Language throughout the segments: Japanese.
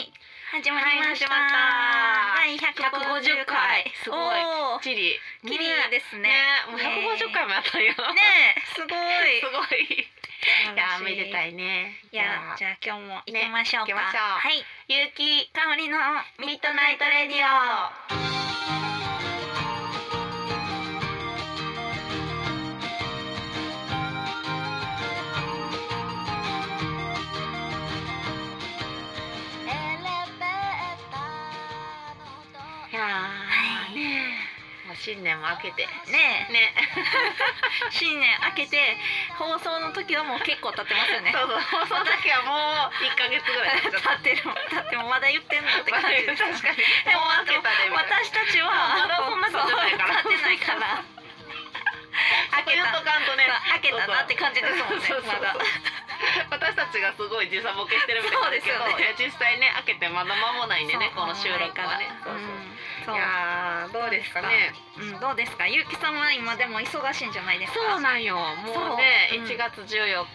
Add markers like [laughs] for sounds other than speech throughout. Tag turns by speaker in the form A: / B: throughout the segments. A: 始まりました。
B: はい始まった
A: 第150回。
B: すごい
A: おー
B: きり
A: きり
B: ね
A: ですね。
B: もう150回もやったよ、
A: ねえ、 [laughs] すごい。
B: [laughs] すごいいやーめでた
A: い。
B: いね
A: いや、じ
B: ゃあ
A: ゃあ今日も行きましょうか。
B: ね行きましょう
A: はい。
B: ゆうき
A: 香りのミッドナイトレディオ。
B: いや
A: は
B: ー、
A: い
B: ねもう新年も明けて
A: ねえ、 [laughs]
B: ね
A: 新年明けて放送の時はもう結構経ってますよね。
B: [laughs] そうそう放送だけはもう1ヶ月ぐらい経っち
A: [laughs] 経
B: ゃった
A: ってるもん、経ってもまだ言ってんのって感じですよね。
B: [laughs] 確かに
A: で [laughs] も
B: もう明けたねみたいな
A: 私たちは
B: まだそんなことないから
A: そう立てないから
B: 開けたとかんとね
A: 開けたなって感じですもんね
B: そうそうそ
A: ま
B: う
A: だ
B: 私たちがすごい時差ボケしてるみたいですけど
A: そうですよね
B: いや実際ね開けてまだ間もないんでね
A: そう
B: この収録はね
A: そう
B: いやーどうですかね
A: そううんどうですかゆうきさんは今でも忙しいんじゃないですか
B: そう
A: は
B: なんよもうね、
A: そううん
B: 1月14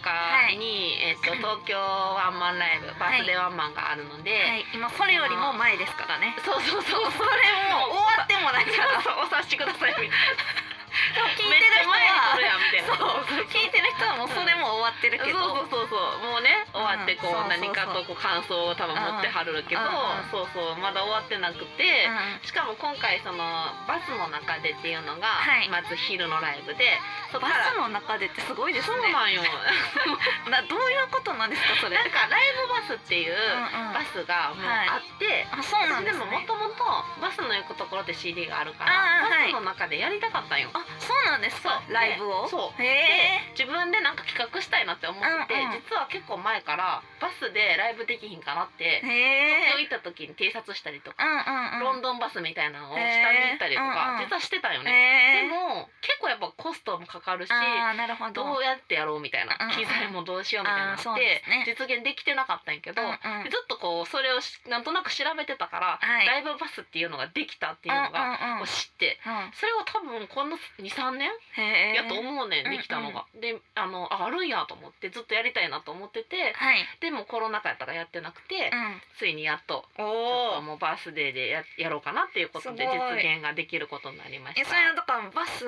B: 日に、えっと東京ワンマンライブバースデーワンマンがあるので、
A: い今それよりも前ですからね
B: そうそうそうそれ
A: もう終わってもないから
B: そうそうお察しくださいみたい
A: 聞い
B: な
A: てる人は
B: めっちゃ前に撮るやんみたいな
A: そう聞いてる人はもうそれも終わってるけど
B: そうそうそうそうもうね終わってこう
A: うん
B: 何かとこう感想を多分持ってはるけど
A: う
B: そうそうまだ終わってなく
A: う
B: て
A: ん
B: しかも今回そのバスの中でっていうのが
A: はい
B: まず昼のライブでそっ
A: バ
B: から
A: スの中でってすごいです
B: そう
A: ね
B: なんよ
A: などういうことなんですかそれ
B: なんかライブバスっていう
A: うんうん
B: バスがもうあって
A: あそうなん
B: で
A: ですね
B: ももともとバスの行くところって CD があるから
A: あーはい
B: バスの中でやりたかったんよ
A: あそうなんですか
B: そう
A: ライブを
B: でそう
A: へえ
B: 自分でなんか企画したいなって思ってて
A: うんうん
B: 実は結構前からバスでライブできひんかなって
A: へ
B: 東京
A: え
B: 行った時に偵察したりとか、
A: うんうんうん
B: ロンドンバスみたいなのを下に行ったりと
A: えーう
B: か、
A: んうん
B: 実はしてたよね、
A: へえ
B: でも結構やっぱコストもかかるし
A: あーなるほど
B: どうやってやろうみたいな、
A: うんうん
B: 機材もどうしようみたいな
A: あー
B: の
A: そう
B: っ
A: で
B: て
A: すね
B: 実現できてなかったんやけど、
A: うんうん
B: ずっとこうそれをしなんとなく調べてたから、
A: はい
B: ライブバスっていうのができたっていうのが、
A: うんうんうん
B: もう知って
A: うん
B: それは多分この23年
A: へえ
B: やと思うねん、できたのが。であのああるんやと思ってずっとやりたいなと思ってて
A: はい
B: でもコロナ禍やったからやってなくて、
A: うん
B: ついにやっとちょっと
A: おお
B: もうバースデーでややろうかなっていうことで実
A: すごい
B: 現ができることになりまし
A: え
B: た
A: それはだからバス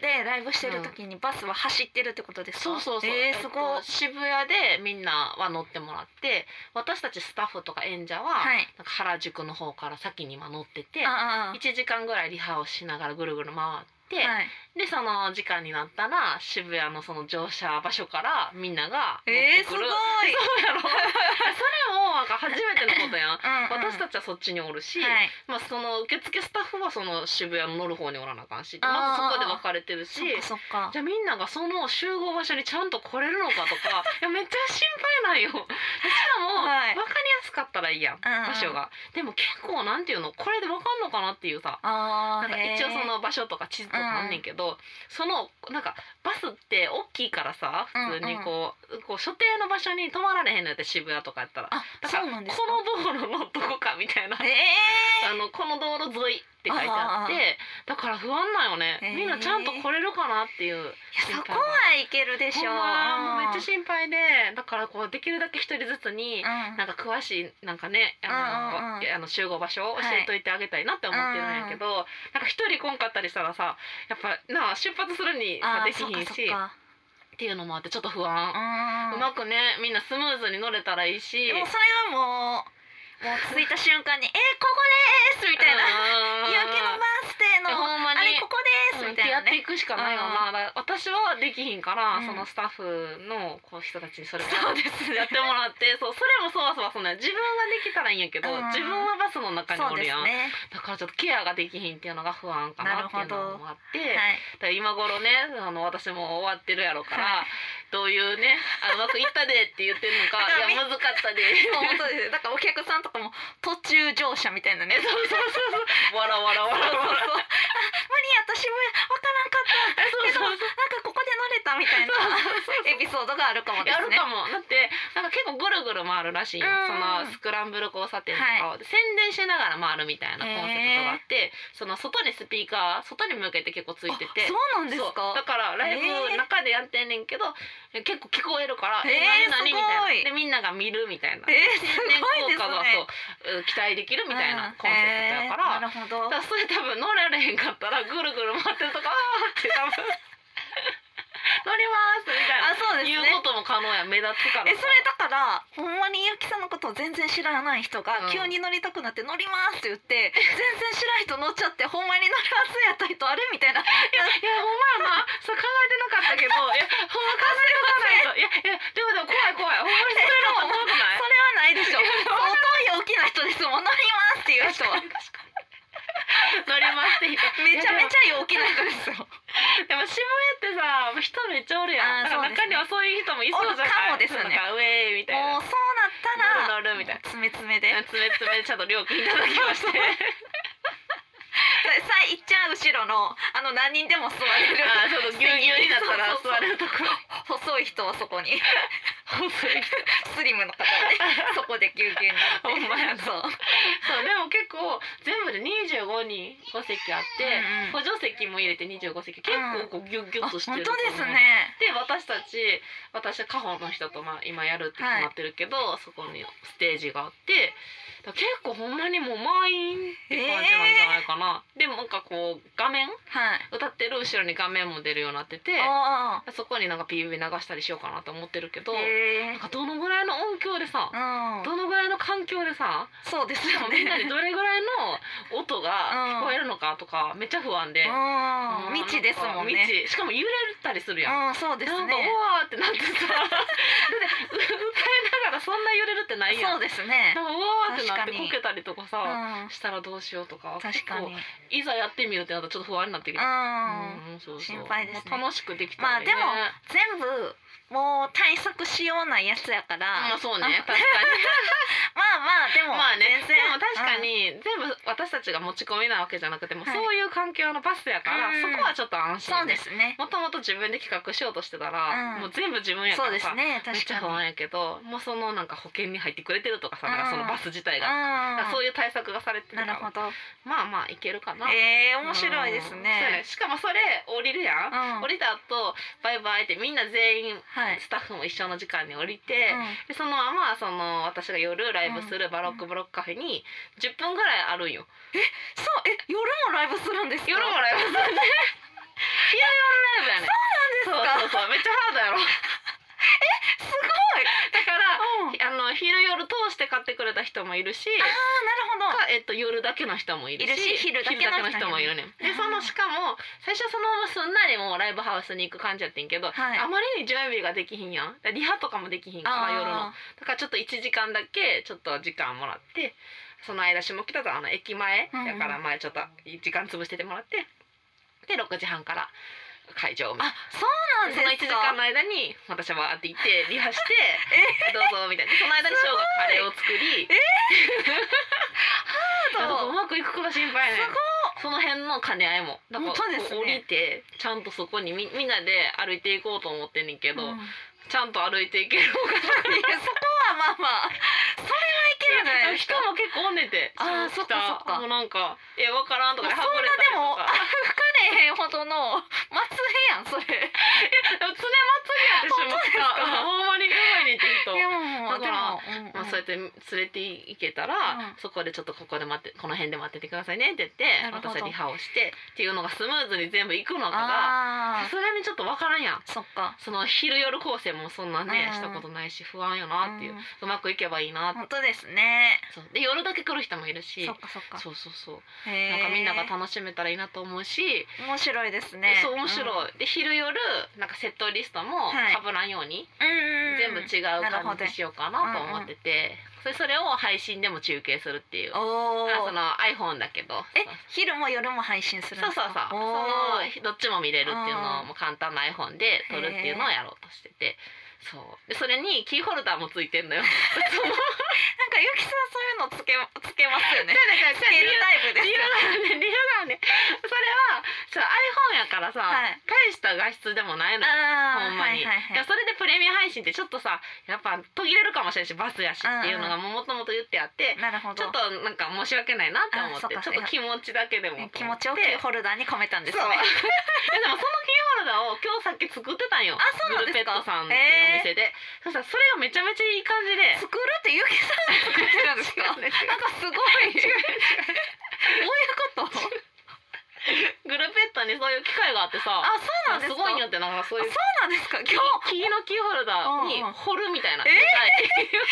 A: でライブしてる時にバスは走ってるってことですか
B: そうそうそう、
A: えーす
B: え
A: ご
B: っ
A: い
B: と渋谷でみんなは乗ってもらって私たちスタッフとか演者は、
A: はい
B: なんか原宿の方から先に今乗ってて
A: ああ
B: 1時間ぐらいリハをしながらぐるぐる回って、
A: はい
B: でその時間になったら渋谷のその乗車場所からみんなが乗っ
A: え
B: て
A: ーす
B: く
A: ごい
B: る、そうやろそれもなんか初めてのこ
A: [laughs]
B: とやん私た
A: ち
B: ちはそっちにおるし、
A: はい
B: まあ、その受付スタッフはその渋谷の乗る方におらなあかんし
A: あー
B: まずそこで分かれてるし
A: そっかそっか
B: じゃあみんながその集合場所にちゃんと来れるのか
A: [laughs]
B: とかいやめっちゃ心配なんよ。しかも、
A: はい
B: 分かりやすかったらいいやん
A: うんうん
B: 場所が。でも結構なんていうのこれで分かんのかなっていうさ
A: あ
B: な
A: あ
B: んか一応その場所とか地図とかあんねんけど、そのなんかバスって大きいからさ普通にこう,、こう所定の場所に泊まられへんのやって渋谷とかやったら。
A: あ
B: だ
A: そ
B: から
A: う
B: こ
A: な
B: の
A: んですか
B: 道路のどこかみたいな
A: え
B: あのこの道路沿いって書いてあっ
A: あーあーあ
B: てだから不安なんよね、
A: へー
B: みんなちゃんと来れるかなっていう
A: ーいやそこはいけるでしょ
B: ほ
A: うん
B: まもうめっちゃ心配でだからこうできるだけ一人ずつに
A: うん
B: なんか詳しいなんかねあの、
A: うんうんうん
B: あの集合場所を教えといてあげたいなって思ってるんやけど、なんか一人来んかったりしたらさやっぱなあ出発するにさ
A: あー
B: できひん
A: そっ
B: し
A: か
B: っていうのもあってちょっと不
A: そっ
B: 安、
A: か
B: う
A: うん
B: まくねみんなスムーズに乗れたらいいし
A: でもそれはもうもう着いた瞬間に「えー、ここです!」みたいな「
B: な
A: 夕焼けのバースデーの
B: ほんまに
A: あれここです!」
B: うん
A: みたいな
B: やって
A: ね
B: いくしかないよな、だから私はできひんから、
A: うん
B: そのスタッフのこう人たちにそれを
A: そうです
B: やってもらってそうそれもそわそわそね自分ができたらいいんやけど、
A: うん
B: 自分はバスの中に
A: そ
B: お
A: う
B: る
A: で
B: や
A: す
B: ん、
A: ね
B: だからちょっとケアができひんっていうのが不安かなっていうのもあって、
A: はい
B: だから今頃ねあの私も終わってるやろから、どういうねあうまくいったでって言ってん
A: [laughs]
B: のか
A: だから
B: いや難かったで
A: そう本当ですよだからお客さんとかも途中乗車みたいなねそうそうそう
B: わらわらわらわ
A: そうそう [laughs]
B: ら
A: あ無理私も分からんかったけどなんかここで乗れたみたいなエピソードがあるかもで
B: や
A: す
B: る
A: ね
B: かもだってなんか結構ぐるぐる回るらしいよ、
A: うん
B: そのスクランブル交差点とかを、宣伝しながら回るみたいなコンセプトがあって、その外にスピーカー外に向けて結構ついてて
A: あそうなんです
B: そうだ
A: か
B: からライブ中でやってんねんけど、え結構聞こえるから「
A: へー
B: 何
A: す
B: 々み
A: ご
B: た
A: い
B: いなでみんなが見るみたいな
A: えー、す
B: 宣伝
A: ごいです
B: 効果が
A: ね
B: そうう期待できるみたいなコンセプトやから。
A: うんへーなるほど
B: だからそれ多分乗られへんかったらぐるぐる回ってるとかあーって多
A: [laughs]
B: 分乗りますみたいな
A: あそうです
B: 言
A: ね
B: うことも可能や目立つから
A: えそれだからほんまにゆきさんのことを全然知らない人
B: う
A: が
B: ん
A: 急に乗りたくなって乗りますって言
B: [laughs]
A: って、全然知らん人乗っちゃってほんまに乗るはずやった人あれみたいない
B: やほんまやなそう考えてなか [laughs] ったけどいやほんま考えとかないといやいやでもでも怖い怖いほんまに [laughs] それの方が怖くない
A: それはないで
B: [laughs]
A: しょ相当陽気な人ですもん乗りますっていう人は
B: 確かに乗りますって人
A: めちゃめち
B: ゃ
A: ゃ陽気な人ですよ
B: でも渋谷ってさ人めっちゃおるやん
A: あー
B: だから中にはそういう人もいそうじゃな
A: お
B: い
A: るかもですね
B: なんかウェーイみたい
A: も
B: な
A: うそうなったら
B: 乗る乗るみたいな
A: 詰め詰めで
B: つめつめちゃんと料金いただきま [laughs] して
A: さあいっちゃん後ろのあの何人でも座れる
B: あーちょっとぎゅうぎゅうになったら
A: そうそうそう
B: 座れるところ
A: 細い人はそこに
B: 細い人
A: スリムの方
B: [laughs]
A: でそこでぎゅうぎゅうになって
B: ほんま
A: そう
B: やなそうでも結構全部で25人5席あって、補助席も入れて25席結構こうギュッギュッ
A: あ
B: と
A: 本
B: して
A: 当
B: る
A: で
B: と思
A: す
B: う
A: ね
B: で私たち私は家宝の人とまあ今やるって決まってるけど、そこにステージがあってだから結構ほんまにもう満員って感じなんじゃないかな、でもなんかこう画面
A: はい
B: 歌ってる後ろに画面も出るようになってて
A: あ
B: そこになんか PV 流したりしようかなと思ってるけ
A: あ
B: ど、
A: へ
B: なんかどのぐらいの音響でさ、
A: ーうん
B: どのぐらいの環境でさ
A: そうですよ
B: みんなで
A: ね
B: どれぐらいの音が聞こえるのかとかめっちゃ不安で、
A: うん
B: うん
A: 未知ですもん
B: なんか
A: ね
B: 未知しかも揺れたりするやん、
A: うんそうです
B: なんかう
A: ね
B: わーってなってさだって歌いながらそんな揺れるってないやん
A: そうですね
B: なんかうわーってなっ
A: 確
B: て
A: かに
B: こけたりとか
A: う
B: さ、
A: ん
B: したらどうしようとか
A: 確かにう
B: 結構いざやってみるってなったらちょっと不安になってきて、
A: ん
B: うんそうそう
A: 心配ですね
B: まあ楽しくできたらいいね
A: まあで全部もう対策しようないやつやから
B: まあそう
A: あ
B: ね確かに
A: [laughs] まあまあでも
B: まあね、
A: 全
B: で
A: 然
B: も確かに全部私たちが持ち込みなわけじゃなくても、
A: はい
B: そういう環境のバスやから、
A: うん
B: そこはちょっと安
A: うんそう
B: 心
A: ですね
B: もともと自分で企画しようとしてたら、
A: うん
B: もう全部自分や
A: そ
B: か
A: う
B: ら
A: です
B: さ、
A: ね
B: めっ
A: 確
B: ちゃ不
A: かに
B: 安やけどもうそのなんか保険に入ってくれてるとかさ、
A: うん
B: なんかそのバス自体が、だから
A: あ
B: そういう対策がされてるか
A: な
B: ら
A: るほど
B: まあまあいけるかな、
A: えー面白いです
B: うんそうやね
A: ね
B: しかもそれ降りるやん、
A: うん
B: 降りた後バイバイってみんな全員、
A: はい
B: スタッフも一緒の時間に降りて、
A: うん
B: でそのままその私が夜ライブするバロックブロックカフェに10分ぐらいあるんよ
A: そうえ夜もライブするんですか
B: 夜もライブするね昼夜ライブやね
A: そうなんですか
B: そうそうそうめっちゃハー
A: [laughs]
B: ドやろ
A: すごい
B: だか
A: う
B: ら
A: ん
B: あの昼夜通して買ってくれた人もいるし
A: あーなるほど
B: か、えっと、夜だけの人もいるし
A: いるし昼だけの人もいる
B: 昼だもいるねん
A: あー
B: でそのしかも最初そのまますんなりもうライブハウスに行く感じやってんけ
A: は
B: ど、
A: い
B: あまりに準備ができひんやんだからリハとかもできひんから夜の
A: あ
B: だからちょっと1時間だけちょっと時間もらってその間下北沢の駅前
A: うんうん
B: だから前ちょっと時間潰しててもらってで6時半から会場を
A: ーあそうなん
B: その1
A: です
B: 時
A: か
B: 間の間に私はわーって
A: [laughs]
B: 行ってリハして「どうぞ」みたいなでその間に翔がカレーを作りなんかうまくいくかが心配やねん
A: す
B: その辺の兼ね合いもだから
A: 本当ですね
B: 降りてちゃんとそこにみみんなで歩いていこうと思ってんねんけど、
A: うんいや
B: ちゃんと歩いていける方が
A: そこはまあまあそれはいけるんじゃないです
B: 人
A: か
B: も結構おんねんて
A: あー
B: の
A: そっかそっか
B: もうなんか「えわからん」とかで
A: もうそんな
B: たりとか
A: 吹かれへんほどの祭りやんそれ
B: [laughs] でも常祭りやってしまった
A: 本当ですか
B: ほんまにうまいねんて人
A: いやもう
B: だから
A: でも、うんうん
B: まあ、そうやって連れて行けたら、
A: うん
B: そこでちょっとここで待ってこの辺で待っててくださいねって言って
A: なるほど
B: 私はリハをしてっていうのがスムーズに全部行くのかが
A: あ
B: さすがにちょっと分からんやん
A: ーそっか
B: その昼夜構成もそんなね、
A: うん
B: したことないし不安よなっていう、
A: う
B: うんまくいけばいいなって、
A: 本当ですね
B: そうで夜だけ来る人もいるし
A: そっかそっか
B: そうそうそう
A: な
B: なんかみんなが楽しめたらいいなと思うし、
A: 面白いですね
B: そう面
A: うん
B: 白い、で昼夜なんかセットリストも
A: はい
B: 被らんように、
A: うんうん
B: 全部違う感じにしようかなと思ってて、それそれを配信でも中継するっていう。
A: おお
B: あその iPhone だけど
A: え昼も夜も配信するん
B: そ
A: です
B: うそうそう
A: か
B: そ
A: おー
B: のどっちも見れるっていうの
A: う
B: をもう簡単な iPhone で撮るっていうのをやろうとしててそうでそれにキーホルダーもついてん
A: [laughs]
B: のよ。
A: なんかゆきさんそういうのつけつけますよね
B: つ
A: つけるタイプです
B: 理由
A: よ
B: がね理由がねそれはそう iPhone やからさ、
A: はい
B: 大した画質でもないのよ。
A: あ
B: ほんまに、
A: はいはいはい
B: いやそれでププレミア配信ってちょっとさやっぱ途切れるかもしれないしバスやしっていうのがもともと言ってあって、
A: なるほ
B: ちょ
A: ど
B: っとなんか申し訳ないなって思って
A: あ
B: ち
A: そ
B: ょ
A: っか
B: っと気持ちだけでも
A: 気持ちを
B: を
A: キーホルダーに込めたんですね
B: そう [laughs] いやでもそのキーホルダーを今日さっき作ってたんよ
A: あそうなんですか
B: グルペットさんっていうお店で、そしたらそれがめちゃめちゃいい感じで
A: [laughs] 作るってゆうきさんが作ってるんですか
B: 違う違う
A: なんかすごいどういうこと
B: グルペットにそういう機会があってさ
A: あそうなんです
B: す
A: か
B: ごいんよってなんかそう
A: あそ
B: い
A: ううなんですか今日
B: キーのキーホルダーに
A: うんうん
B: 掘るみたいな、
A: えー
B: でかい [laughs] そうい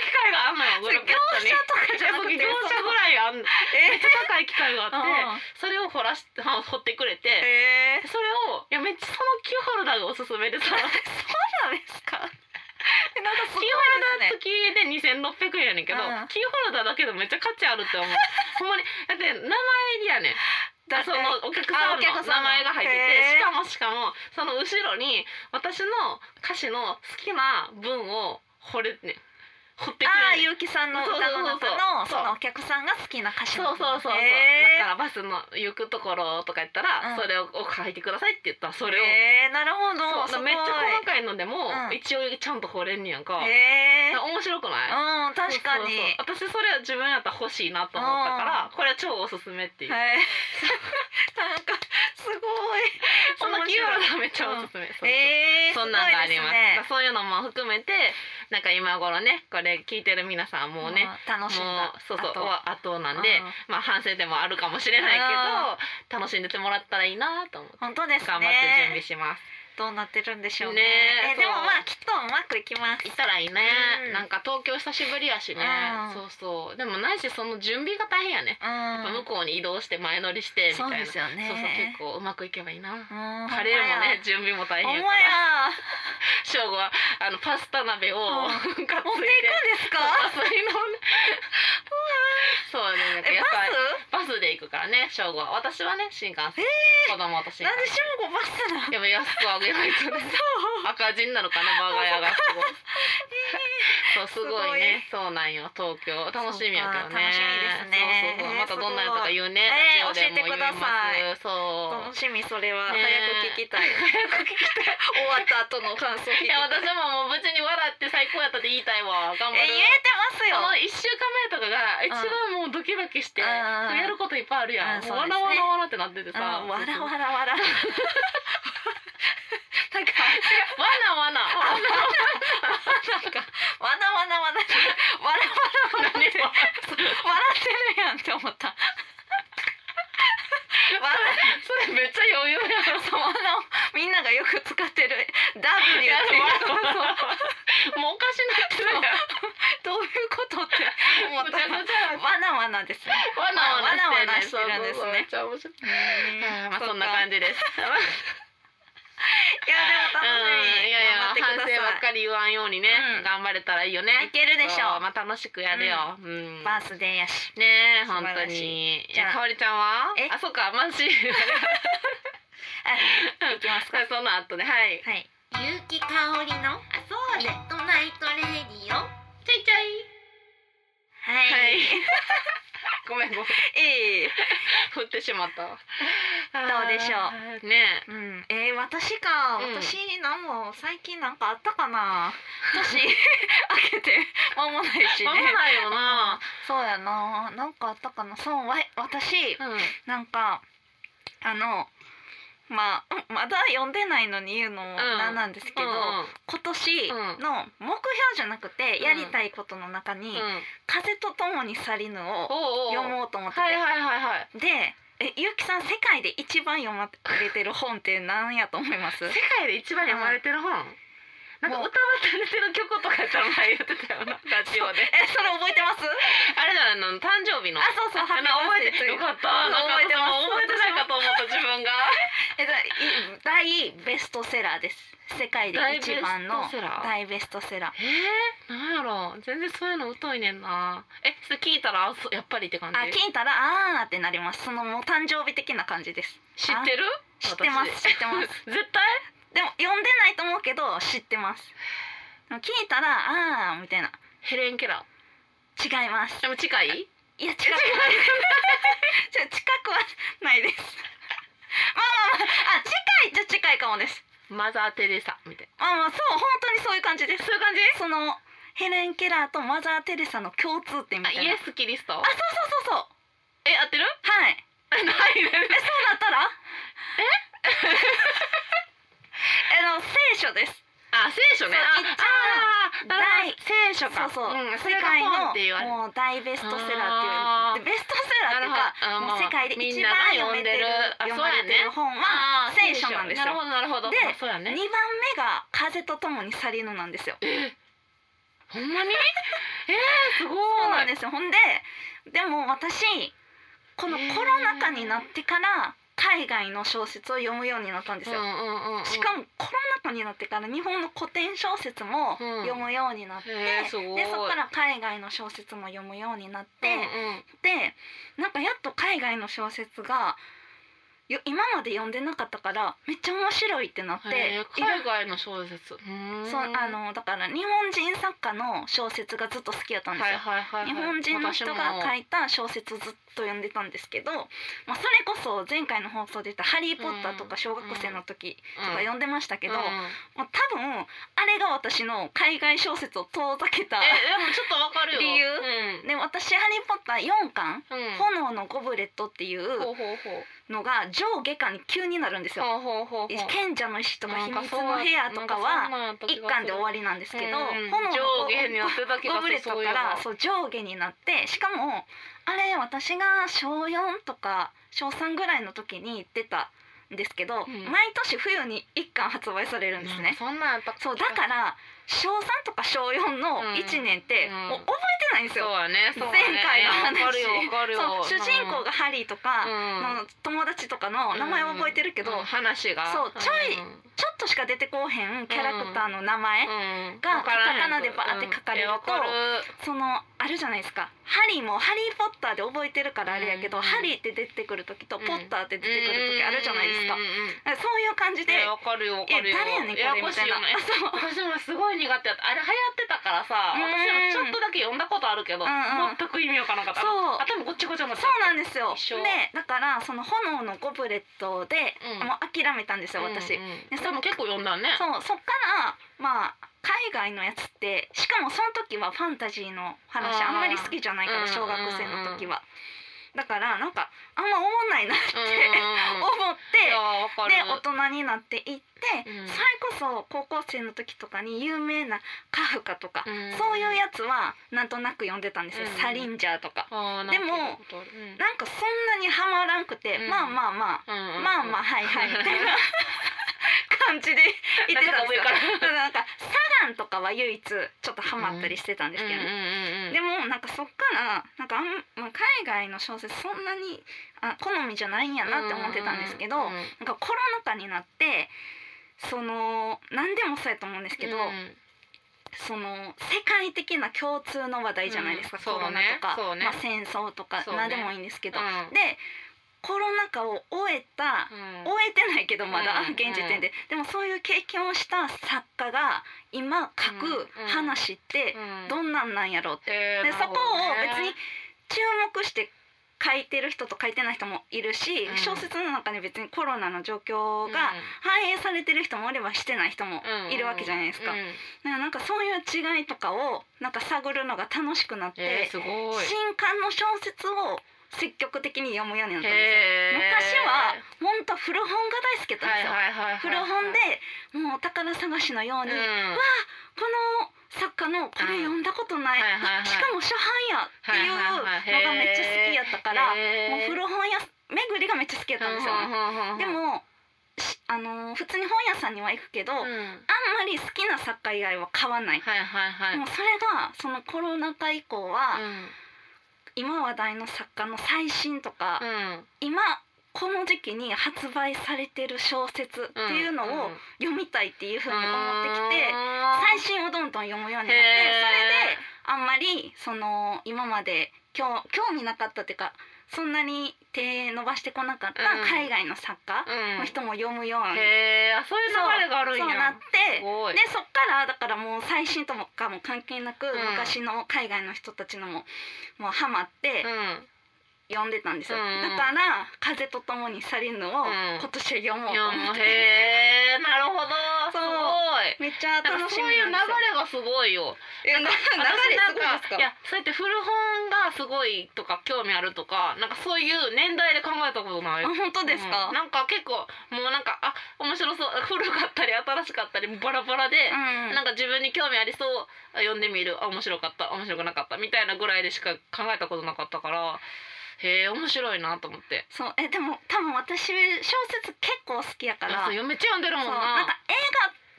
B: う機会があんのよグルペットに
A: 業者とかじゃなくて
B: [laughs] いや業者ぐらいあんめっ
A: え
B: ちゃ高い機会があって、
A: うんうん
B: それを掘らしは掘ってくれ
A: え
B: て、
A: え
B: それをいやめっちゃそのキーホルダーがおすすめ
A: [laughs]
B: でさキーホル
A: そうなんですかえなんかすごい
B: ダー
A: ですね
B: 付きで2600円やねんけど、
A: うん
B: キーホルダーだけでめっちゃ価値あるっ
A: [laughs]
B: て思うほんまにだって名前やねん
A: だ
B: そのお客さんの
A: あお客
B: 名
A: さんの
B: 前が入って
A: へー
B: てしかもしかもその後ろに私の歌詞の好きな文を掘れね掘ってく
A: ああ
B: れる
A: ゆうきさんの歌の中の
B: そうそうそうそう
A: そのお客さんが好きな歌詞
B: [laughs] そう
A: の
B: そうそうそう、
A: え
B: だからバスの行くところとか言ったら、
A: うん
B: それを書いてくださいって言ったらそ
A: ー
B: れを、
A: えーなるほ
B: そう
A: どすごい
B: めっちゃ細かいのでも、
A: うん
B: 一応ちゃんと掘れんねやんか、
A: えー
B: 面白くない、
A: うん確かに
B: そうそうそう私それは自分やったら欲しいなと思ったからこれは超おすすめっていう、
A: はいなんかすごい
B: そのキーワードがめっちゃおすすめ、そうそう
A: えー
B: そんなんがあります
A: ごいでね
B: そういうのも含めてなんか今頃ねこれ聞いてる皆さんもう
A: うん
B: ね、
A: 楽しん
B: も
A: だ
B: うそうそう
A: あと
B: あとなんで、
A: うん
B: まあ反省点もあるかもしれないけど楽しんでてもらったらいいなと思って
A: 本当ですね
B: 頑張って準備します、
A: どうなってるんでしょうね
B: ねえ
A: えでも
B: そう
A: まあきっとうまくいきます
B: 行ったらいいね、
A: うん
B: なんか東京久しぶりやしね、
A: う
B: そうそうでもないしその準備が大変やね、やっぱ
A: うん
B: 向こうに移動して前乗りしてみ
A: そ
B: たいう
A: で
B: な
A: すよね
B: そうそう結構うまくいけばいいな、
A: うん
B: カレーもね準備も大
A: ほん
B: 変
A: まやほ
B: や
A: んま
B: から
A: や
B: 正午はあのパスタ鍋を
A: うん持って
B: 担いで
A: いくんですか
B: バスに乗るそうねなん
A: [laughs]
B: か
A: え
B: やっぱり
A: バ
B: バスで行くからね正午は私はね新幹線、子供と
A: ス
B: 新
A: なんで
B: 幹線
A: しょうごバスなの
B: やばい安くあげないとね赤字になるかなバーガー屋がす
A: [laughs]
B: ごいそうすごいねそうなんよ東京楽しみやけど
A: そう
B: ね
A: か楽しみですね
B: そうそうそ
A: え
B: う
A: ー
B: またどんなんやったか言うね、
A: すごい
B: ラジオでも言いま
A: え
B: すそう
A: 楽しみそれは
B: ね
A: 早く聞きたい早く聞きたい終わった後の感想聞き
B: いや
A: たい
B: 私ももう無事に笑って最高やったって言いたいわ頑張
A: え
B: る
A: 言えてますよ
B: この1週間前とかが一番もうドキドキして、
A: うんうんうん
B: やることいっぱいあるやん、
A: うん
B: もうわら
A: そう
B: わ
A: ですね
B: らわらってなっててさ、
A: うんわらわ
B: [laughs] わ
A: らわらなんか
B: なわなわな
A: なんかわなわなわなわらわらわらって笑ってるやんって思った。 [laughs] 笑
B: それめっちゃ余裕やろ
A: そうあのみんながよく使ってる W って
B: い
A: いう
B: やでも
A: そう
B: もうおかしなってるやん
A: どういうことって思っ
B: むち
A: た
B: ゃ
A: ら
B: くちゃ
A: わなわなですね。
B: わなわな
A: わなわなしてるんですね
B: そうそうそうめっちゃ面白いまあそんな
A: じ。
B: 感じです
A: いやでも楽し
B: うん
A: み。
B: いやいや
A: 頑
B: 反
A: 張ってください
B: 省ばっかり言わんようにね、
A: うん
B: 頑張れたらいいよね
A: いけるでしょ
B: そう
A: う。
B: まあ楽しくやるよ、うん
A: バースデーや
B: [laughs]
A: し。
B: ねえ
A: 素
B: 本
A: 晴
B: 当
A: らしい
B: に
A: じゃあ
B: かおりちゃんは
A: え
B: あそうかマジ [laughs]
A: あ、いきますか。
B: その後ねはい
A: はい。ゆうきかおりの
B: あそう
A: ミッドナイトレディオ。は
B: ちょいちょいはい
A: い。
B: ごめんごめん
A: ええ
B: 振ってしまったわ
A: どうでしょう
B: うね
A: うん、えー、私か、
B: うん
A: 私なんも最近なんかあったか
B: [laughs]
A: な。年明けて間もないしね。
B: えまもないよ
A: うん
B: な
A: そうやな、なんかあったかな、そう、わ、私、
B: うん
A: なんか、あの。まあ、うんまだ読んでないのに言うのもなんなんですけど、今年の目標じゃなくて
B: うん
A: やりたいことの中に「
B: うんうん
A: 風と共に去りぬ」を
B: おうおう
A: 読もうと思ってて、
B: はいはいはいはい
A: でえゆうきさん世界で一番読まれてる本って何やと思います
B: 世界で一番読まれてる本なんか
A: もう
B: 歌わされてる曲とかやったら前言ってたよな [laughs] ラジオで
A: [laughs] えそれ覚えてます
B: あれだあの誕生日の
A: あそうそう
B: あの覚えてよかったなんか
A: 覚えてます
B: 私も覚えてないかと思った自分が
A: えだい大ベストセラーです世界で一番の
B: 大ベストセラー
A: 大ベストセラー
B: えー、なんやろ全然そういうの疎いねんなえそれ聞いたらあそうやっぱりって感じ
A: あ聞いたらあーってなりますそのもう誕生日的な感じです
B: 知ってる
A: 知ってます
B: 私
A: 知ってます
B: [laughs] 絶対
A: でも読んでないと思うけど知ってますでも聞いたらあーみたいな
B: ヘレン・ケラー
A: 違います
B: でも近い
A: い
B: [laughs]
A: や近くはち [laughs] ょ近くはないですまあまあまああ近いじゃ近いかもです
B: マザー・テレサみたい
A: あまあそう本当にそういう感じです
B: そういう感じ
A: そのヘレン・ケラーとマザー・テレサの共通点み
B: な
A: た
B: あ
A: い
B: イ
A: な
B: エス・キリスト
A: あそうそうそうそう
B: え合っ
A: [laughs]
B: てる
A: はい
B: ないない
A: えそうだったら
B: [laughs]
A: えあの聖書です
B: あ聖書ね
A: そう
B: ああーなる
A: 第
B: ほど聖書
A: そ
B: か
A: うそう、
B: んそ
A: 世
B: れが
A: 界
B: 本
A: の
B: って言われる
A: もう大ベストセラーってい
B: あー
A: うでベストセラーっていうか
B: なる
A: も
B: ほどあー
A: う
B: まあ
A: 世界で
B: み
A: 一
B: んな
A: 番
B: が
A: 読
B: 読
A: め
B: んで
A: て
B: る
A: る
B: あ
A: 読まれてる本は
B: あー
A: 聖書なんですよ
B: なるほどなるほど
A: で
B: あそうや
A: 2番
B: ね
A: 目が「風と共に去りぬ」なんですよ。
B: ほん
A: [laughs]
B: まにえー、すごい
A: そうなんですよほんででも私このコロナ禍になってから海外の小説を読むようになったんです
B: う
A: よ。
B: んうんうんうん、
A: しかもコロナ禍になってから日本の古典小説も読むようになって、
B: へーすごい
A: でそこから海外の小説も読むようになって、
B: う
A: でなんかやっと海外の小説がよ今まで読んでなかったからめっちゃ面白いってなって
B: んうん、へー
A: いろ
B: 海外の小説うーん
A: そうあのだから日本人作家の小説がずっと好きやったんですよ。
B: はいはいはいは
A: 日
B: い、
A: 本人の人が書いた小説をずっと読んでたんですけど、まあ、それこそ前回の放送で言った「ハリー・ポッター」とか小学生の時とか
B: ん
A: 読んでましたけど、
B: うん
A: まあ、多分あれが私の海外小説を遠ざけた
B: えでもちょっとわかるよ
A: 理由
B: うん
A: で私「ハリー・ポッター」4巻
B: うん
A: 「炎のゴブレット」ってい
B: ほ
A: う
B: うほうほう
A: のが上下巻に急になるんですよ。
B: ほうほうほうほう
A: 賢者の石とか秘密の部屋とかは
B: は
A: 1巻で終わりなんですけど炎のゴ
B: 上下にやってた気が
A: ゴ
B: す
A: ブレ
B: る
A: ットからそう上下になってしかもあれ私が小4とか小3ぐらいの時に出たんですけど、
B: うん
A: 毎年冬に1巻発売されるんですね。
B: そんなんやった
A: そうだから小3とか小4の
B: うん
A: 1年って
B: うん
A: もう覚えてないんです
B: そう
A: よ。
B: やねそうやね
A: 前回の話
B: いやわかるよわかるよ
A: そう主人公がハリーとか
B: が
A: の友達とかの名前は覚えてるけど、ちょ
B: 話が
A: そうちょい
B: うん
A: っとしか出てこうへんキャラクターの名前、
B: うん
A: が
B: わからへん
A: カタカナでバーって書かれると
B: うんわかる
A: そのあるじゃないですかハリーも「ハリー・ポッター」で覚えてるからあれやけど、
B: うん
A: ハリーって出てくる時と
B: う
A: ポ
B: ん
A: ッターって出てくる時あるじゃないですか,、
B: うんうんうんうん
A: そういう感じで
B: いやわかるよわ
A: 「
B: かる
A: え
B: よ
A: 誰やねんこ
B: や
A: れ」
B: やこ
A: み
B: しい
A: たいな
B: よね
A: そう
B: 私もすごい苦手だったあれ流行ってたからさ
A: うん
B: 私もちょっとだけ読んだことあるけど
A: うんうん
B: 全く意味わからなかった
A: [laughs] そう
B: 頭ごっちゃごちゃになっちゃ
A: そうなんですよ
B: 一緒
A: でだからその「炎のゴブレットで」
B: うん
A: もう諦めたんですよ私、
B: うんうん
A: でそ
B: でも結構読んだね
A: そうそっからまあ海外のやつってしかもその時はファンタジーの話
B: あー
A: あんまり好きじゃないか
B: うん
A: ら小学生の時は、だからなんかあんま思んないなって
B: うんう
A: [laughs]
B: ん
A: 思
B: うん
A: って
B: いやわかる
A: で大人になっていって、
B: うん
A: それこそ高校生の時とかに有名なカフカとか、
B: うん
A: そういうやつはなんとなく読んでたんですよ、
B: うん
A: サリンジャーとか。
B: あーなんか
A: でも
B: 聞いたことあるうん
A: なんかそんなにハマらんくて、
B: うん
A: まあまあまあ、
B: うんうん
A: まあまあはいはいみたいな感じで言ってたんですよ。
B: なんか上
A: だからなんかサガンとかは唯一ちょっとハマったりしてたんですけどね、
B: うんうんうんうん
A: でもなんかそっからなんかあん、まあ、海外の小説そんなにあ好みじゃないんやなって思ってたんですけど、
B: うんうんう
A: な
B: ん
A: んかコロナ禍になってその何でもそうやと思うんですけど、
B: うん
A: その世界的な共通の話題じゃないですか、
B: うん
A: コロナと
B: そう
A: か、
B: ねそうね
A: まあ、戦争とか、
B: そうね
A: 何でもいいんですけど、
B: うん
A: でコロナ禍を終えた、
B: うん
A: 終えてないけどまだ、
B: うん
A: 現時点ででもそういう経験をした作家が今書く
B: うん
A: 話って
B: うん
A: どんなんなんやろうって、
B: へー
A: で
B: な
A: そ
B: る
A: こを
B: ほど
A: 別に
B: ね
A: 注目して書いてる人と書いてない人もいるし、
B: うん
A: 小説の中に別にコロナの状況が、反映されてる人もおればしてない人もいるわけじゃないですか。だ
B: うんう
A: から
B: んうん
A: なんかそういう違いとかをなんか探るのが楽しくなって、
B: えーすごい
A: 新刊の小説を積極的に読むようになったんですよ。昔
B: へー
A: は本当古本が大好きだったんですよ。
B: はいはいはいはい
A: 古本でもうお宝探しのよう
B: う
A: に、
B: ん
A: この作家のこれ読んだことない、
B: はいはいはい
A: しかも初版やっていうのがめっちゃ好きやったから、もう古本屋巡りがめっちゃ好きやったんですよね。でもしあのー普通に本屋さんには行くけど、あん
B: うん
A: ま
B: うん
A: り好きな作家以外は買わない、
B: はいはいはい
A: もうそれがそのコロナ禍以降は、今話題の作家の最新とか、
B: うん
A: 今この時期に発売されてる小説っていうのを読みたいっていうふうに思ってきて、最新をどんどん読むようになってそれであんまりその今まで興興味なかったっていうかそんなに手伸ばしてこなかった
B: うん
A: 海外の作家
B: それで
A: の人も読むように
B: へえあそういう流れがあるん
A: そ
B: や
A: うなっ
B: す
A: て
B: ごい
A: でそっからだからもう最新とかも関係なく、
B: ん
A: 昔の海外の人たちのももうハマって、
B: うん
A: 読んでたんですよ、
B: うん
A: だから「風と共に去りぬ」を
B: う
A: 今年は
B: ん
A: 読もうと
B: いや
A: 思っ
B: もう
A: て、
B: へえなるほどす
A: そう
B: ご
A: め
B: い
A: っちゃ
B: なんか
A: 楽し
B: そ
A: み
B: ういう
A: なん
B: 流
A: ですよ
B: れがすごいよ
A: えな流
B: 私
A: れす
B: なん
A: ごいですか
B: いやそうやって古本がすごいとか興味あるとかなんかそういう年代で考えたことない
A: あ本当ですか、
B: うんなんか結構もうなんかあ面白そう古かったり新しかったりバラバラで、
A: うん
B: なんか自分に興味ありそうあ読んでみるあ面白かった面白くなかったみたいなぐらいでしか考えたことなかったからへえ面白いなと思って
A: そうえでも多分私小説結構好きやから
B: あそうめっちゃ読んでるも
A: そ
B: ん
A: う
B: な
A: なんか映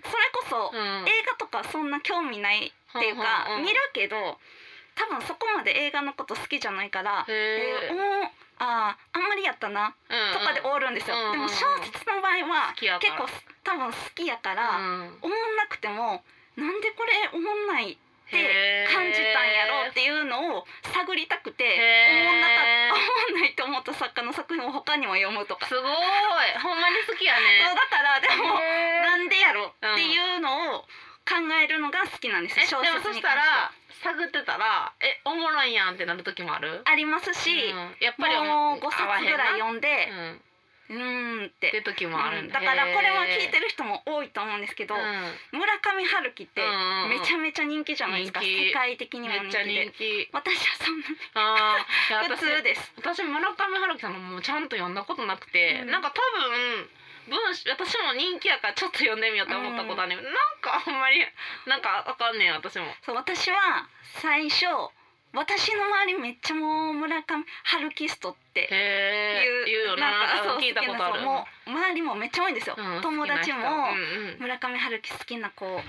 A: 画それこそ、
B: うん
A: 映画とかそんな興味ないっていうか、
B: うんうんうん
A: 見るけど多分そこまで映画のこと好きじゃないから
B: へ
A: え
B: え
A: ー、おーあーあんまりやったなとかで終わるんですよ、
B: うんうん
A: でも小説の場合は
B: 好きやか
A: 結
B: ら
A: 構す多分好きやか
B: た
A: ら、思んなくてもなんでこれ思んないって感じたんやろうっていうのを探りたくて
B: へー
A: 思んなか思んないと思った作家の作品を他にも読むとか
B: すごいほんまに好きや
A: そう
B: ね
A: だからでも
B: へー
A: なんでやろっていうのを考えるのが好きなんです
B: え
A: よ
B: で
A: 小
B: も
A: 説
B: そ
A: に関し
B: してた
A: は
B: ら探ってたらえおもろいやんってなる時もある
A: ありますし、
B: うんやっぱり
A: もう5冊ぐらい
B: ん
A: 読んで
B: で、うん、っ
A: うーんって
B: て時もある
A: うんんだからこれは聞いて
B: る
A: る人も多いと思うんですけど、
B: う
A: 村上春樹って
B: うん
A: めちゃめちゃ人気じゃないですか、
B: 人気
A: 世界的に
B: ん、
A: も人
B: めっ
A: 気
B: ちゃ
A: で
B: 人気
A: 私はそん
B: ああ
A: [laughs] な普通です
B: 私村上春樹さんのもうちゃんと読んだことなくて、
A: うん
B: なんか多分文章私も人気やからちょっと読んでみようと思ったことある、なんかあんまりなんかわかんねえ私も。
A: そう私は最初私の周りめっちゃもう村上春樹ストっていう
B: へえ言うよな
A: なんか
B: な
A: そ
B: ん
A: う
B: か聞いたことあ
A: 好きな
B: る。
A: 人もう周りもめっちゃ多いんですよ、
B: うん
A: 友達
B: 好きな
A: も
B: 人うんうん
A: 村上春樹好きな子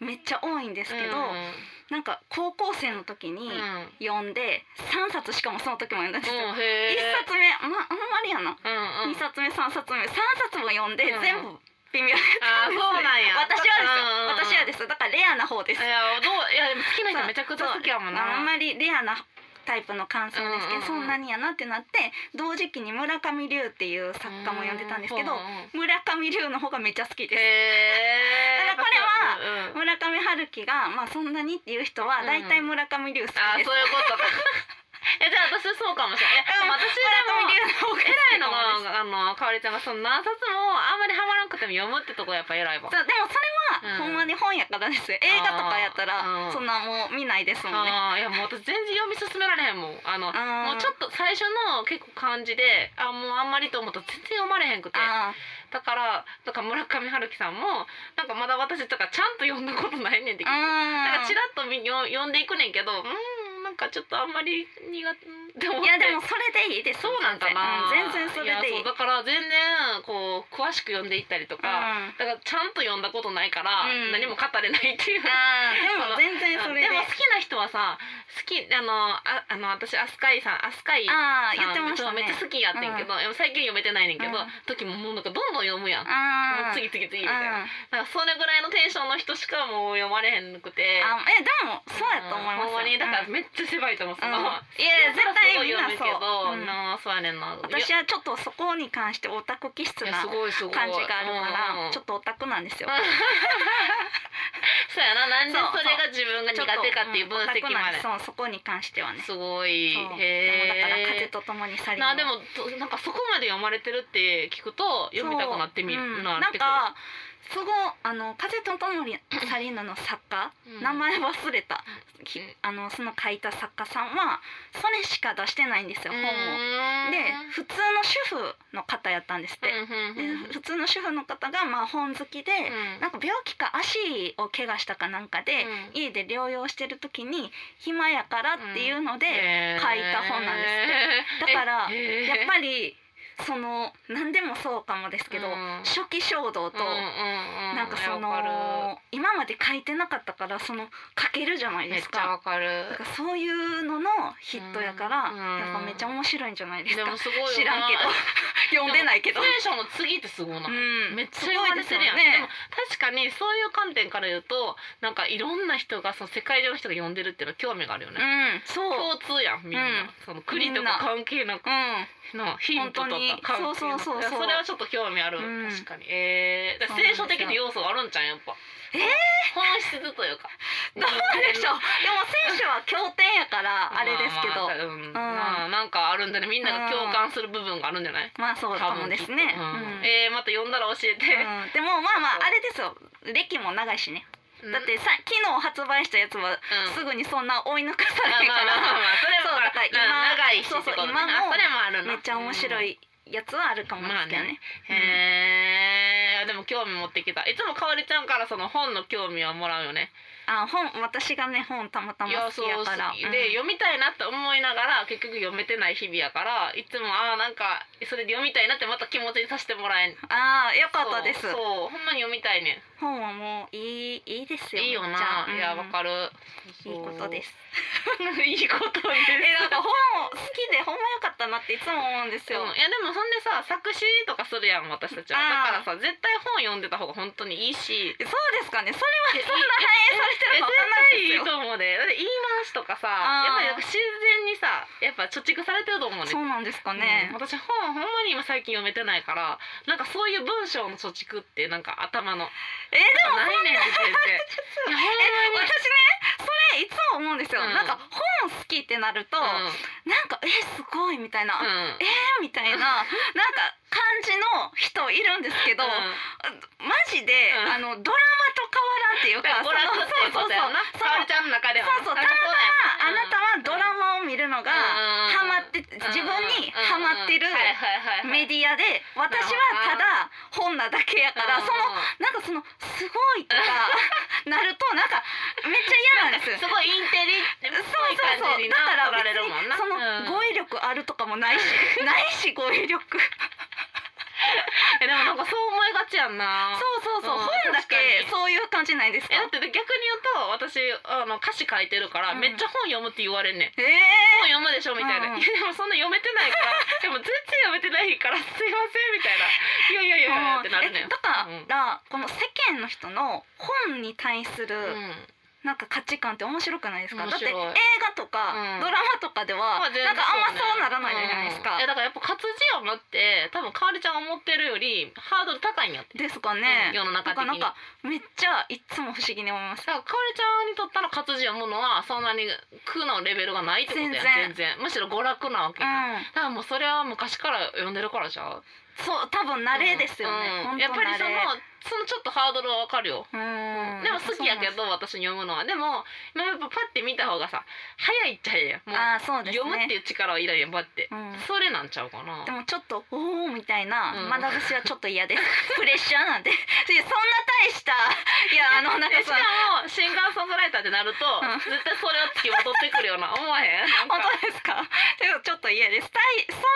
A: めっちゃ多いんですけど、
B: う
A: なんか高校生の時に
B: んうん
A: 読んで3冊しかもその時も読んだんですよ、
B: うんへ
A: 1
B: え
A: 冊目まああんまりやな
B: うんう
A: 2
B: ん
A: 冊目3冊目3冊も読んで
B: うん
A: 全部微妙
B: あーそうなんや
A: 私はですよ私はですすだからレアな方です
B: いやどういやでも好きな人めちゃくちゃ好きやもん
A: あん
B: な
A: まりレアなタイプの感想ですけど、
B: うんうんうん
A: そんなにやなってなって同時期に村上龍っていう作家も読んでたんですけど、
B: うんうんうん
A: 村上龍の方がめっちゃ好きです。
B: へえ
A: だからこ
B: れ
A: 村上春樹がまあそんなにっていう人は大体村上龍好きです。
B: あーそういうことか [laughs] えじゃあ私そうかもしれないえで
A: うん
B: も私でも
A: 村上龍の方が好き
B: 偉いの
A: かもです
B: があのかおりちゃんがその何冊もあんまりハマらなくても読むってとこやっぱ偉いわ
A: そうでもそれは
B: うん
A: ほんまに本やからです、映画とかやった
B: あー
A: らそんなもう見ないですもんね。
B: あーいやもう私全然読み進められへんもんあの
A: あー
B: もうちょっと最初の結構感じであもうあんまりと思ったら全然読まれへんくて
A: あ
B: だからだから村上春樹さんもなんかまだ私とかちゃんと読んだことないねんって聞い
A: ー
B: てなん
A: あ
B: か
A: ー
B: ちらっとみよ読んでいくねんけどうんなんかちょっとあんまり苦手でも
A: いやでもそれでいいです
B: そうなんかな、
A: 全然うん全然それでいい
B: やそうだから全然こう詳しく読んでいったりとか、
A: うん
B: だからちゃんと読んだことないから、
A: うん
B: 何も語れないっていう。
A: あーでも全然それ
B: で
A: で
B: も好きな人はさ好きあのああの私飛鳥井さん飛鳥井さん
A: ああ言ってました
B: そうめっ
A: ね
B: ちゃ好きやってんけど、でも最近読めてないねんけど、
A: うん
B: 時ももうなんかどんどん読むやん、も
A: あ
B: う
A: あ
B: 次次次み
A: うん
B: たいな,、なんかそれぐらいのテンションの人しかもう読まれへんくて
A: あえでもそうやと思いますよ
B: ほんまにだから
A: うん
B: めっちゃ狭いと思う、そ
A: うん
B: の [laughs]
A: いや絶対みんな
B: す
A: そ
B: ごい読むけど、
A: う、うん
B: なあそうやねんな
A: 私はちょっとそこに関してオタク気質
B: いや
A: な
B: すごいすごい
A: 感じがあるから、ちょ
B: っと
A: っとオタクなんですよ、
B: そうやななんで
A: そう
B: それが自分が
A: ちょ
B: 苦
A: っと
B: 手かっていう分析
A: うんオタクな
B: ま
A: ん
B: です
A: そうそこに関してはね
B: すごい
A: そうでもだから風
B: へえ
A: とともに去りぬ
B: なあでもとなんかそこまで読まれてるって聞くと読みたくなってみる、
A: そううん
B: な
A: な
B: っ
A: ん
B: てくる
A: かすごいあの風とともに去りぬの作家、
B: うん
A: 名前忘れた、き
B: うん
A: あのその書いた作家さんはそれしか出してないんですよ本を。
B: 本
A: で普通の主婦の方やったんですって。
B: うんうんうん
A: で普通の主婦の方がまあ本好きで、
B: うん
A: なんか病気か足を怪我したかなんかで、
B: うん
A: 家で療養してる時に暇やからっていうので、
B: へえ
A: 書いた本なんですってだから
B: え
A: やっぱりその何でもそうかもですけど、
B: うん
A: 初期衝動と、
B: うんうんうん
A: なんかそ
B: わか
A: の今まで書いてなかったからその書けるじゃない
B: る
A: で
B: めっ
A: す
B: ちゃ
A: か。
B: わかる
A: だからそういうののヒットやから、
B: うん
A: やっぱめっちゃ面白いんじゃないです
B: で
A: か。
B: もすごいよな
A: 知らんけ
B: [laughs]
A: ど読んでないけど。
B: 聖書の次ってすごいな、
A: うん
B: めっちゃ言われてるやん
A: すごいですよね
B: でも確かにそういう観点から言うとなんかいろんな人がその世界中の人が呼んでるっていうのは興味があるよ
A: う
B: ね、
A: ん、そう。
B: 共通やんみんな、
A: うん
B: その国と
A: みんな
B: か関係なく
A: う
B: のヒント
A: 本
B: とか
A: 当に
B: 関係なく
A: そうそうそうそう
B: いやそれはちょっと興味ある、
A: うん
B: 確かにえー、だから
A: そうなんで
B: 聖
A: すよ
B: 書的な要素があるんじゃんやっぱ
A: え
B: 本質というか
A: [laughs] どうでしょう。でも選手は経典やからあれですけど
B: まあまあ、うんまあなんかあるんじゃないみんなが共感する部分があるんじゃない
A: まあそうかもですね。
B: う
A: うんん
B: えーまた呼んだら教えて、
A: うんでもまあまああれですよ。歴も長いしね。だってさ昨日発売したやつは
B: うん
A: すぐにそんな追い抜かさ
B: まあ
A: ないか
B: まあまあ
A: ら、
B: まあそれも
A: そうだから今
B: うん長いし
A: そうそう
B: ってことね
A: 今も
B: あそれもあるな
A: めっちゃ面白いやつはあるかもですけどね。
B: へえでも興味持ってきたいつもかおりちゃんからその本の興味はもらうよね
A: あ本私がね本たまたま
B: い
A: 好
B: や
A: きやから。
B: そうで、読みたいなって思いながら結局読めてない日々やからいつもああなんかそれで読みたいなってまた気持ちにさせてもらえん
A: うんああよかったです
B: そう。そうほんまに読みたいね
A: 本はもういいいいですよ。
B: いいよ
A: めっちゃ
B: な、いやわかる
A: いいことですす。
B: そう [laughs] いいことです
A: えなんか本を好きでほんま良かったなっていつも思うんです
B: うん
A: よ。
B: いやでもそんでさ作詞とかするやん私たちは
A: あ
B: だ
A: ー
B: からさ絶対本読んでた方が本当にいいし
A: そうですかね。それはそんな反映されて
B: え
A: るかわかんないです
B: 絶対いい
A: よ。
B: と思うでだって言い回しとかさやっ
A: あー
B: ぱりなんか自然にさやっぱ貯蓄されてると思うね
A: そうなんですかね
B: うん。私本ほんまに今最近読めてないからなんかそういう文章の貯蓄ってなんか頭の
A: えでも
B: ないねんって全然いやほん
A: え
B: まに
A: 私ねそれいつも思うんですよ。
B: うん
A: なんか本好きってなると、
B: うん
A: なんかえすごいみたいな、え
B: うん
A: ーみたいななんか感じの人いるんですけど、
B: うん
A: マジで、
B: うん
A: あのドラマと変わらんっていう
B: だ [laughs]
A: か、
B: から娯楽っていうことやんな
A: そうそうそう
B: かおりちゃんの中ではな
A: そうそう
B: なんか
A: あ
B: う
A: な
B: やんな
A: たはドラマを見るのが
B: うん
A: ハマって
B: うん
A: 自分にハマってる
B: うんうんはいはいはいはい
A: メディアで私はただ本なだけやから
B: うん
A: そのなんかそのすごい
B: [laughs]
A: とかなるとなんかめっちゃ嫌なんです
B: す。ごいインテリっ
A: そう
B: ぽい
A: そう
B: 感
A: そう
B: じに
A: だ
B: な
A: から
B: 取られ
A: 別
B: る
A: に
B: もんな
A: その語彙力あるとかも
B: [laughs]
A: ないしないし語彙力
B: えでもなんかそう思いがちやんな
A: そうそうそう
B: うん
A: 本だ
B: 確か
A: け
B: に
A: そういう感じないですか
B: えだって逆に言うと私あの歌詞書いてるから、
A: うん
B: めっちゃ本読むって言われん
A: え
B: ねん本
A: え
B: 読むでしょみたい
A: う
B: な、
A: ん
B: いやでもそんな読めてないからでも全然読めてないからすいませんみたいないやいやいやいやってなるね
A: うんえ
B: ん
A: だからこの世間の人の本に対する、
B: うん、うん
A: なんか価値観って面白くないですかだ
B: 面
A: って
B: 白
A: 映
B: い
A: 画と
B: う
A: か
B: ん
A: ドラマとかではなん
B: まあ全然
A: かあんま
B: ね
A: そうならないじゃないです
B: うん
A: か
B: いやだからやっぱ活字読むって多分かおりちゃんが思ってるよりハードル高いんやって
A: ですかね
B: うん世の中
A: だ
B: 的
A: からな
B: に
A: んかめっちゃいつも不思議に思います
B: だからかおりちゃんにとったら活字読むのはそんなに苦のレベルがないってことや
A: 全
B: ん
A: 然
B: 全然むしろ娯楽なわけ
A: う
B: やん
A: ん
B: だからもうそれは昔から読んでるからじゃん
A: そう多分慣れですよね
B: うん
A: 本当
B: やっぱりそ
A: 慣
B: の
A: れ
B: そのちょっとハードルはわかるよ、
A: うん
B: でも好きやけ
A: そう
B: ど私読むのはでも今やっぱパッて見た方がさ早いっちゃ早いやんもう
A: なんですあーそうです
B: 読むって
A: ね
B: いう力はいらんやんバッて、
A: うん
B: それなんちゃうかな
A: でもちょっと「おお」みたいな
B: うん
A: 眼差しはちょっと嫌です [laughs] プレッシャーなんででそんな大したいやあのなんか
B: でし
A: そ
B: か
A: の
B: もシンガーソングライターってなると、
A: うん
B: 絶対それはつきまとってくるよな思わへんなん
A: 本 [laughs]
B: か
A: 当ですかでもちょっと嫌です大そんな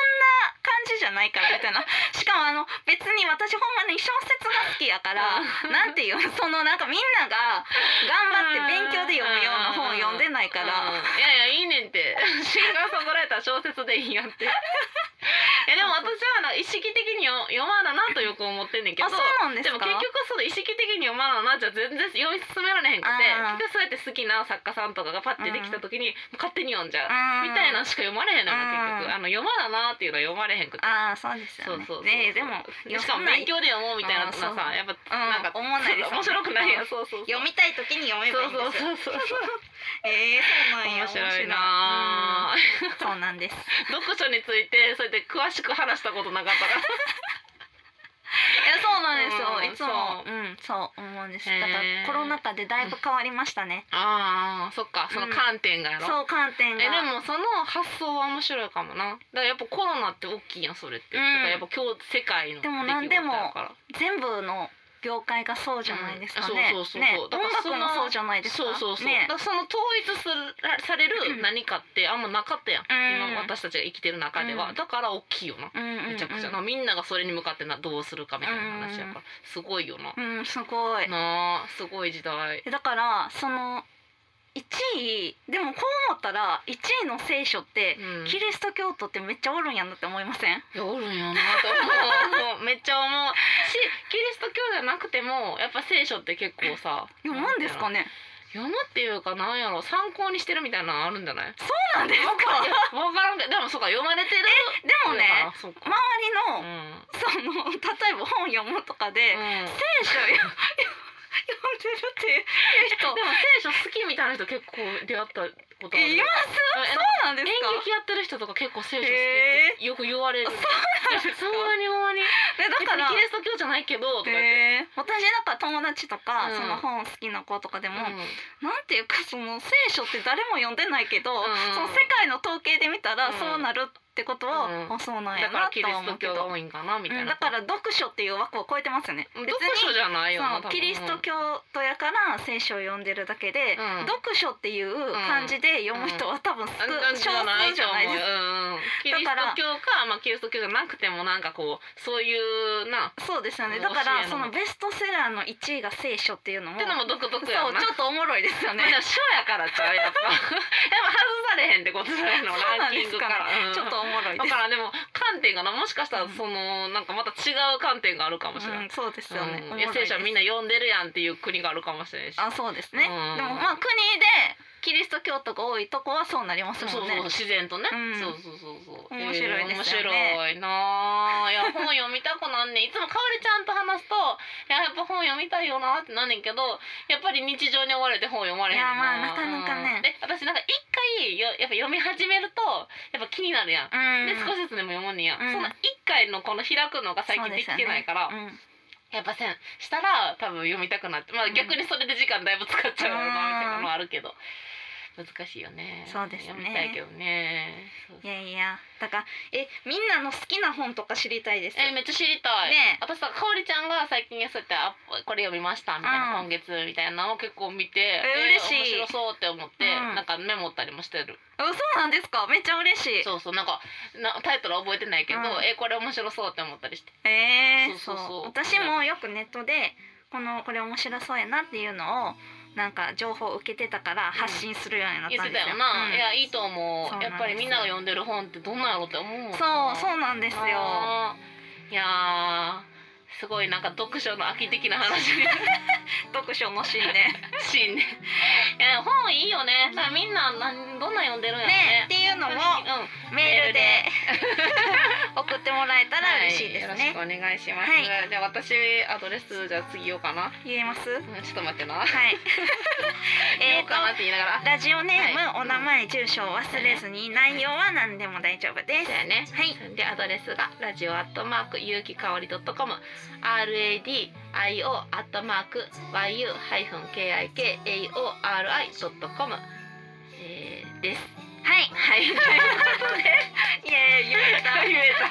A: 感じじゃないからみたいなしかもあの別に私ほんまに小説が好きやからなんていうそのなんかみんなが頑張って勉強で読むような本を読んでないか
B: うん
A: ら
B: いやいやいいね
A: [laughs]
B: んってシンガーソングライター小説でいいやんっていやでも私はな意識的によ読まななとよく思ってんねんけど
A: あそうなんですか
B: も結局その意識的に読まななじゃ全然読み進められへんくて
A: あー
B: 結局そうやって好きな作家さんとかがパッてできた時に勝手に読んじゃう
A: うん
B: みたいなのしか読まれへんのよ
A: うん
B: 結局あの読まななっていうのは読まれへんくて。
A: ああそうです
B: そ
A: よ
B: う
A: ね
B: そうそう
A: ねでも
B: しかも勉強で読もうみたいな
A: あ
B: のは
A: ーそう
B: さやっぱなんか、
A: うん思わないですよね
B: 面白くないやんそうそうそう
A: 読みたい時に読めばいいんですよ
B: そうそうそうそう
A: えー、そうなんや
B: 面白いなあ
A: 面白いうんそうなんです
B: 読書についてそうやって詳しく話したことなかったから
A: いやそうなんですよ、
B: うん
A: いつもうんそう思うんですだから
B: へー
A: コロナ禍でだいぶ変わりましたね、
B: [laughs] ああそっかその観点がやろ、
A: そう観点が
B: えでもその発想は面白いかもなだからやっぱコロナって大きいやんそれって、
A: うん
B: だからやっぱ今日世界の
A: でも
B: 出来事やから
A: 全部の業界がそうじゃないですかね。
B: うんそうそうそうそう
A: ね、
B: だからそ
A: 音
B: の
A: 楽もそうじゃないですか。
B: そうそうそう、
A: ね
B: だからその統一するされ
A: う
B: る
A: ん
B: 何かってあんまなかったやん、
A: うん
B: 今私たちが生きてる中では、
A: うん
B: だから大きいよな
A: うんうんうん、
B: めちゃくちゃ、なみんながそれに向かってなどうするかみたいな話やから、すごいよな、
A: うん、すごい。
B: [laughs] なあすごい時代
A: だから、その。一位、でもこう思ったら、一位の聖書って。
B: うん
A: キリスト教徒ってめっちゃおるんやなって思いません。
B: いやおるんやなと思うもうめっちゃ思うしキリスト教じゃなくてもやっぱ聖書って結構
A: [laughs]
B: さ
A: 読むんですか
B: ね
A: ね。
B: 読むっていうかなんやろ参考にしてるみたいなのあるんじゃない
A: そうなんです
B: わかい
A: か。
B: やわからんけどでもそうか読まれてる
A: でもね、
B: そうか
A: 周り
B: う
A: の、
B: ん
A: その、例えば本読むとかで。
B: うん
A: 聖書よ。読んでてるっていう人
B: でも聖書好きみたいな人結構出会ったことある
A: えいます
B: え
A: そうなんです
B: 演
A: か
B: 劇やってる人とか結構聖書好き
A: へ
B: ってよく言われる、
A: そうなんですか
B: そんなにほんまに
A: でだから
B: 別にキリスト教じゃないけどとか言って、
A: へえ私なんか友達とか、
B: うん
A: その本好きな子とかでも、
B: うん
A: なんていうかその聖書って誰も読んでないけど、
B: んうん
A: その世界の統計で見たら
B: うん
A: そうなるってことは、
B: うん
A: あそうなんや
B: だから
A: な
B: キ
A: と
B: リ
A: は
B: ス
A: 思う
B: ト
A: け
B: 教が
A: ど、
B: 多いんかなみた
A: う
B: い
A: ん、
B: な、
A: だから読書っていう枠を超えてますよね。
B: 読
A: 別
B: 書
A: に
B: じゃないよな
A: そうキリスト
B: 教
A: 教徒やから聖書を読んでるだけで、
B: うん
A: 読書っていう漢字で読む人は多分少、少数じゃないです
B: キリスト教か、まあ、キリスト教じゃなくてもなんかこうそういうなっ
A: そうですよねだか
B: 教え
A: ら
B: の
A: そのベストセラーの1位が聖書っていうのも
B: てのも独特
A: そうち
B: や
A: ょ
B: な
A: っとおもろいですよね
B: まあでも書やからちゃうやっぱやっぱ外されへんってことだよ
A: そうな
B: ラ
A: ん
B: ンキ
A: で
B: ン
A: す
B: グ
A: か
B: か
A: ね
B: ら、うん
A: ちょっとおもろい
B: だ
A: です
B: からでも観点がなもしかしたらその、なんかまた違う観点があるかもしれ
A: う
B: ない、
A: ん、そうですよね、
B: う
A: お
B: ん、
A: もろい
B: 聖
A: です
B: 書みんな読んでるやんっていう国があるかもしれないし
A: あそうですね、
B: うん
A: でもまあ国でキリスト教徒が多いとこはそうなります
B: そ
A: も
B: うそうん
A: ね
B: 自然とね、
A: うん
B: そうそうそうそう
A: 面白いですよ
B: え
A: ね
B: ー面白いなあいや本読みたくなんねんいつもかおりちゃんと話すといややっぱ本読みたいよなってなんねんけどやっぱり日常に追われて本読まれ
A: い
B: へん
A: やまあなかなかね
B: うんで私なんか一回よやっぱ読み始めるとやっぱ気になるやん、
A: うん
B: で少しずつでも読むんや、
A: うん
B: その一回のこの開くのが最近できてないか
A: そ
B: ら、
A: うですよね
B: やっぱせんしたら多分読みたくなってま
A: うん
B: あ逆にそれで時間だいぶ使っちゃうよなみたいなのはあるけど、難しいよね
A: そうですね
B: 読みたいけどねそう
A: うんいやいやだからえみんなの好きな本とか知りたいです
B: えめっちゃ知りたい、
A: ねえ
B: 私さかおりちゃんが最近そうやってあこれ読みましたみたいな、
A: うん
B: 今月みたいなのを結構見て、
A: え嬉しい
B: 面白そうって思って、
A: うん
B: なんかメモったりもしてる
A: あそうなんですかめっちゃ嬉しい
B: そうそうなんかなタイトルは覚えてないけど、
A: うん
B: えこれ面白そうって思ったりして
A: えー、そ
B: そ
A: うう
B: そうそう
A: 私もよくネットでこのこれ面白そうやなっていうのをなんか情報を受けてたから発信するようになっ
B: 言
A: たん
B: って
A: ですよ
B: たよな、
A: うん
B: いやいいと思
A: そううなんです
B: や
A: よ
B: っぱりみんなが読んでる本ってどんなんやろって思うもんな
A: そうそうなんですよ
B: あーいやーすごいなんか読書の秋的な話に
A: [laughs] 読書のシーンで
B: しんねいや本いいよねさみんな何どんなん読んでるんやろ
A: ね
B: ね
A: っていうのも
B: うん
A: メールで送ってもらえたら嬉しいですね、
B: はいよろしくお願いします、
A: は
B: じゃあ私アドレスじゃあ次言おうかな、
A: 言えます
B: う [laughs]
A: は
B: ん、ちょっと待ってな、
A: い
B: 言
A: え
B: お
A: ー
B: う
A: と
B: かなって言いながら
A: ラジオネーム、
B: はい
A: お名前住所を忘れずに内容は何でも大丈夫です
B: だよね
A: はい
B: でアドレスがラジオアットマーク有機香りドットコム RADIO アットマーク YU ハイフン KIKAORI ドットコムです。
A: はい
B: はい。ということで
A: イエーイ言えた
B: 言えた。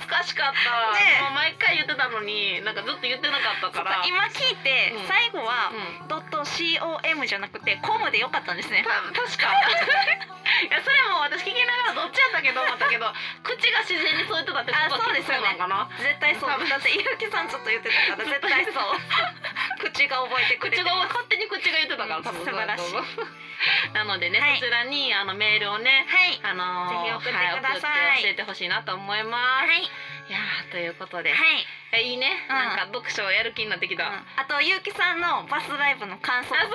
B: 懐かしかった。
A: ねえ
B: もう毎回言ってたのに、なんかずっと言ってなかったから。
A: 今聞いて、
B: うん
A: 最後は、
B: うん。
A: ドット com じゃなくてコムでよかったんですね
B: た。確か [laughs] いやそれも私聞きながらどっちやったけど思ったけど口が自然にそう言ってたってこと
A: あそ
B: は
A: うですよね
B: そうなんかな
A: 絶対そう。だ
B: 多分
A: ってゆうきさんずっと言ってたから絶対そう。
B: [laughs]
A: 口が覚えてくれ
B: 口
A: て
B: が
A: ます。
B: 勝手に口が言ってたから多分
A: 素晴らしい
B: そうそうそうなのでね、
A: はい
B: そちらにあのメールをね
A: はい。
B: あのー
A: ぜひ送って
B: はい
A: ください
B: 送って教えてほしいなと思い
A: は
B: ます、
A: い。
B: い、やーということで、
A: はい。
B: いや、いいね、
A: うん
B: なんか読書をやる気になってきた、
A: うんあとゆうきさんのバスライブの感想。
B: あそれよ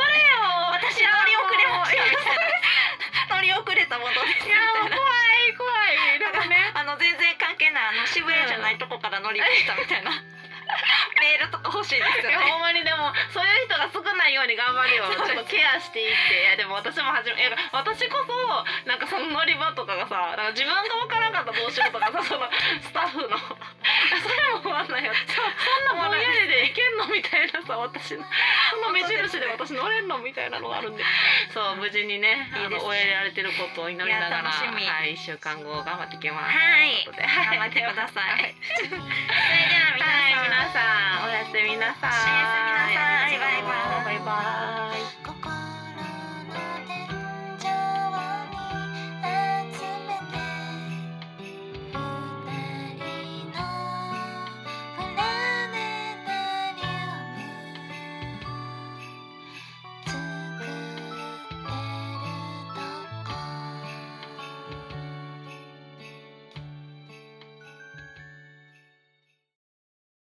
A: 私
B: いや
A: 乗り遅れ
B: も
A: ま
B: う
A: し
B: い
A: たみたいな。 [laughs] 乗り遅れたものですみ
B: や
A: た
B: も
A: いうな。
B: 怖い怖
A: [laughs]
B: いなんかね
A: あの全然関係ないあの渋谷じゃないとこから乗りましたみた
B: [laughs]
A: いな。メールとか欲しいです
B: い
A: よ
B: や
A: ね。
B: ほんまにでもそういう人が少ないように頑張るよちょっとケアしていっていやでも私も初めいや私こそなんかその乗り場とかがさなんか自分が分からんかったらどうしようとか [laughs] さそのスタッフのそれも不安なんやつそんなもんやりでいけんのみたいなさ私のその目印で私乗れんのみたいなのがあるんでそう無事にねあ
A: いいです
B: の
A: ね
B: 終えられてることを祈りながら
A: いや楽しみ
B: はい、1週間後頑張ってきます。
A: はい。
B: ということで
A: 頑張ってください。それで [laughs] は皆
B: はい
A: さん。
B: 皆さんおやすみなさい
A: おやすみなさいバイバイ
B: バイバイ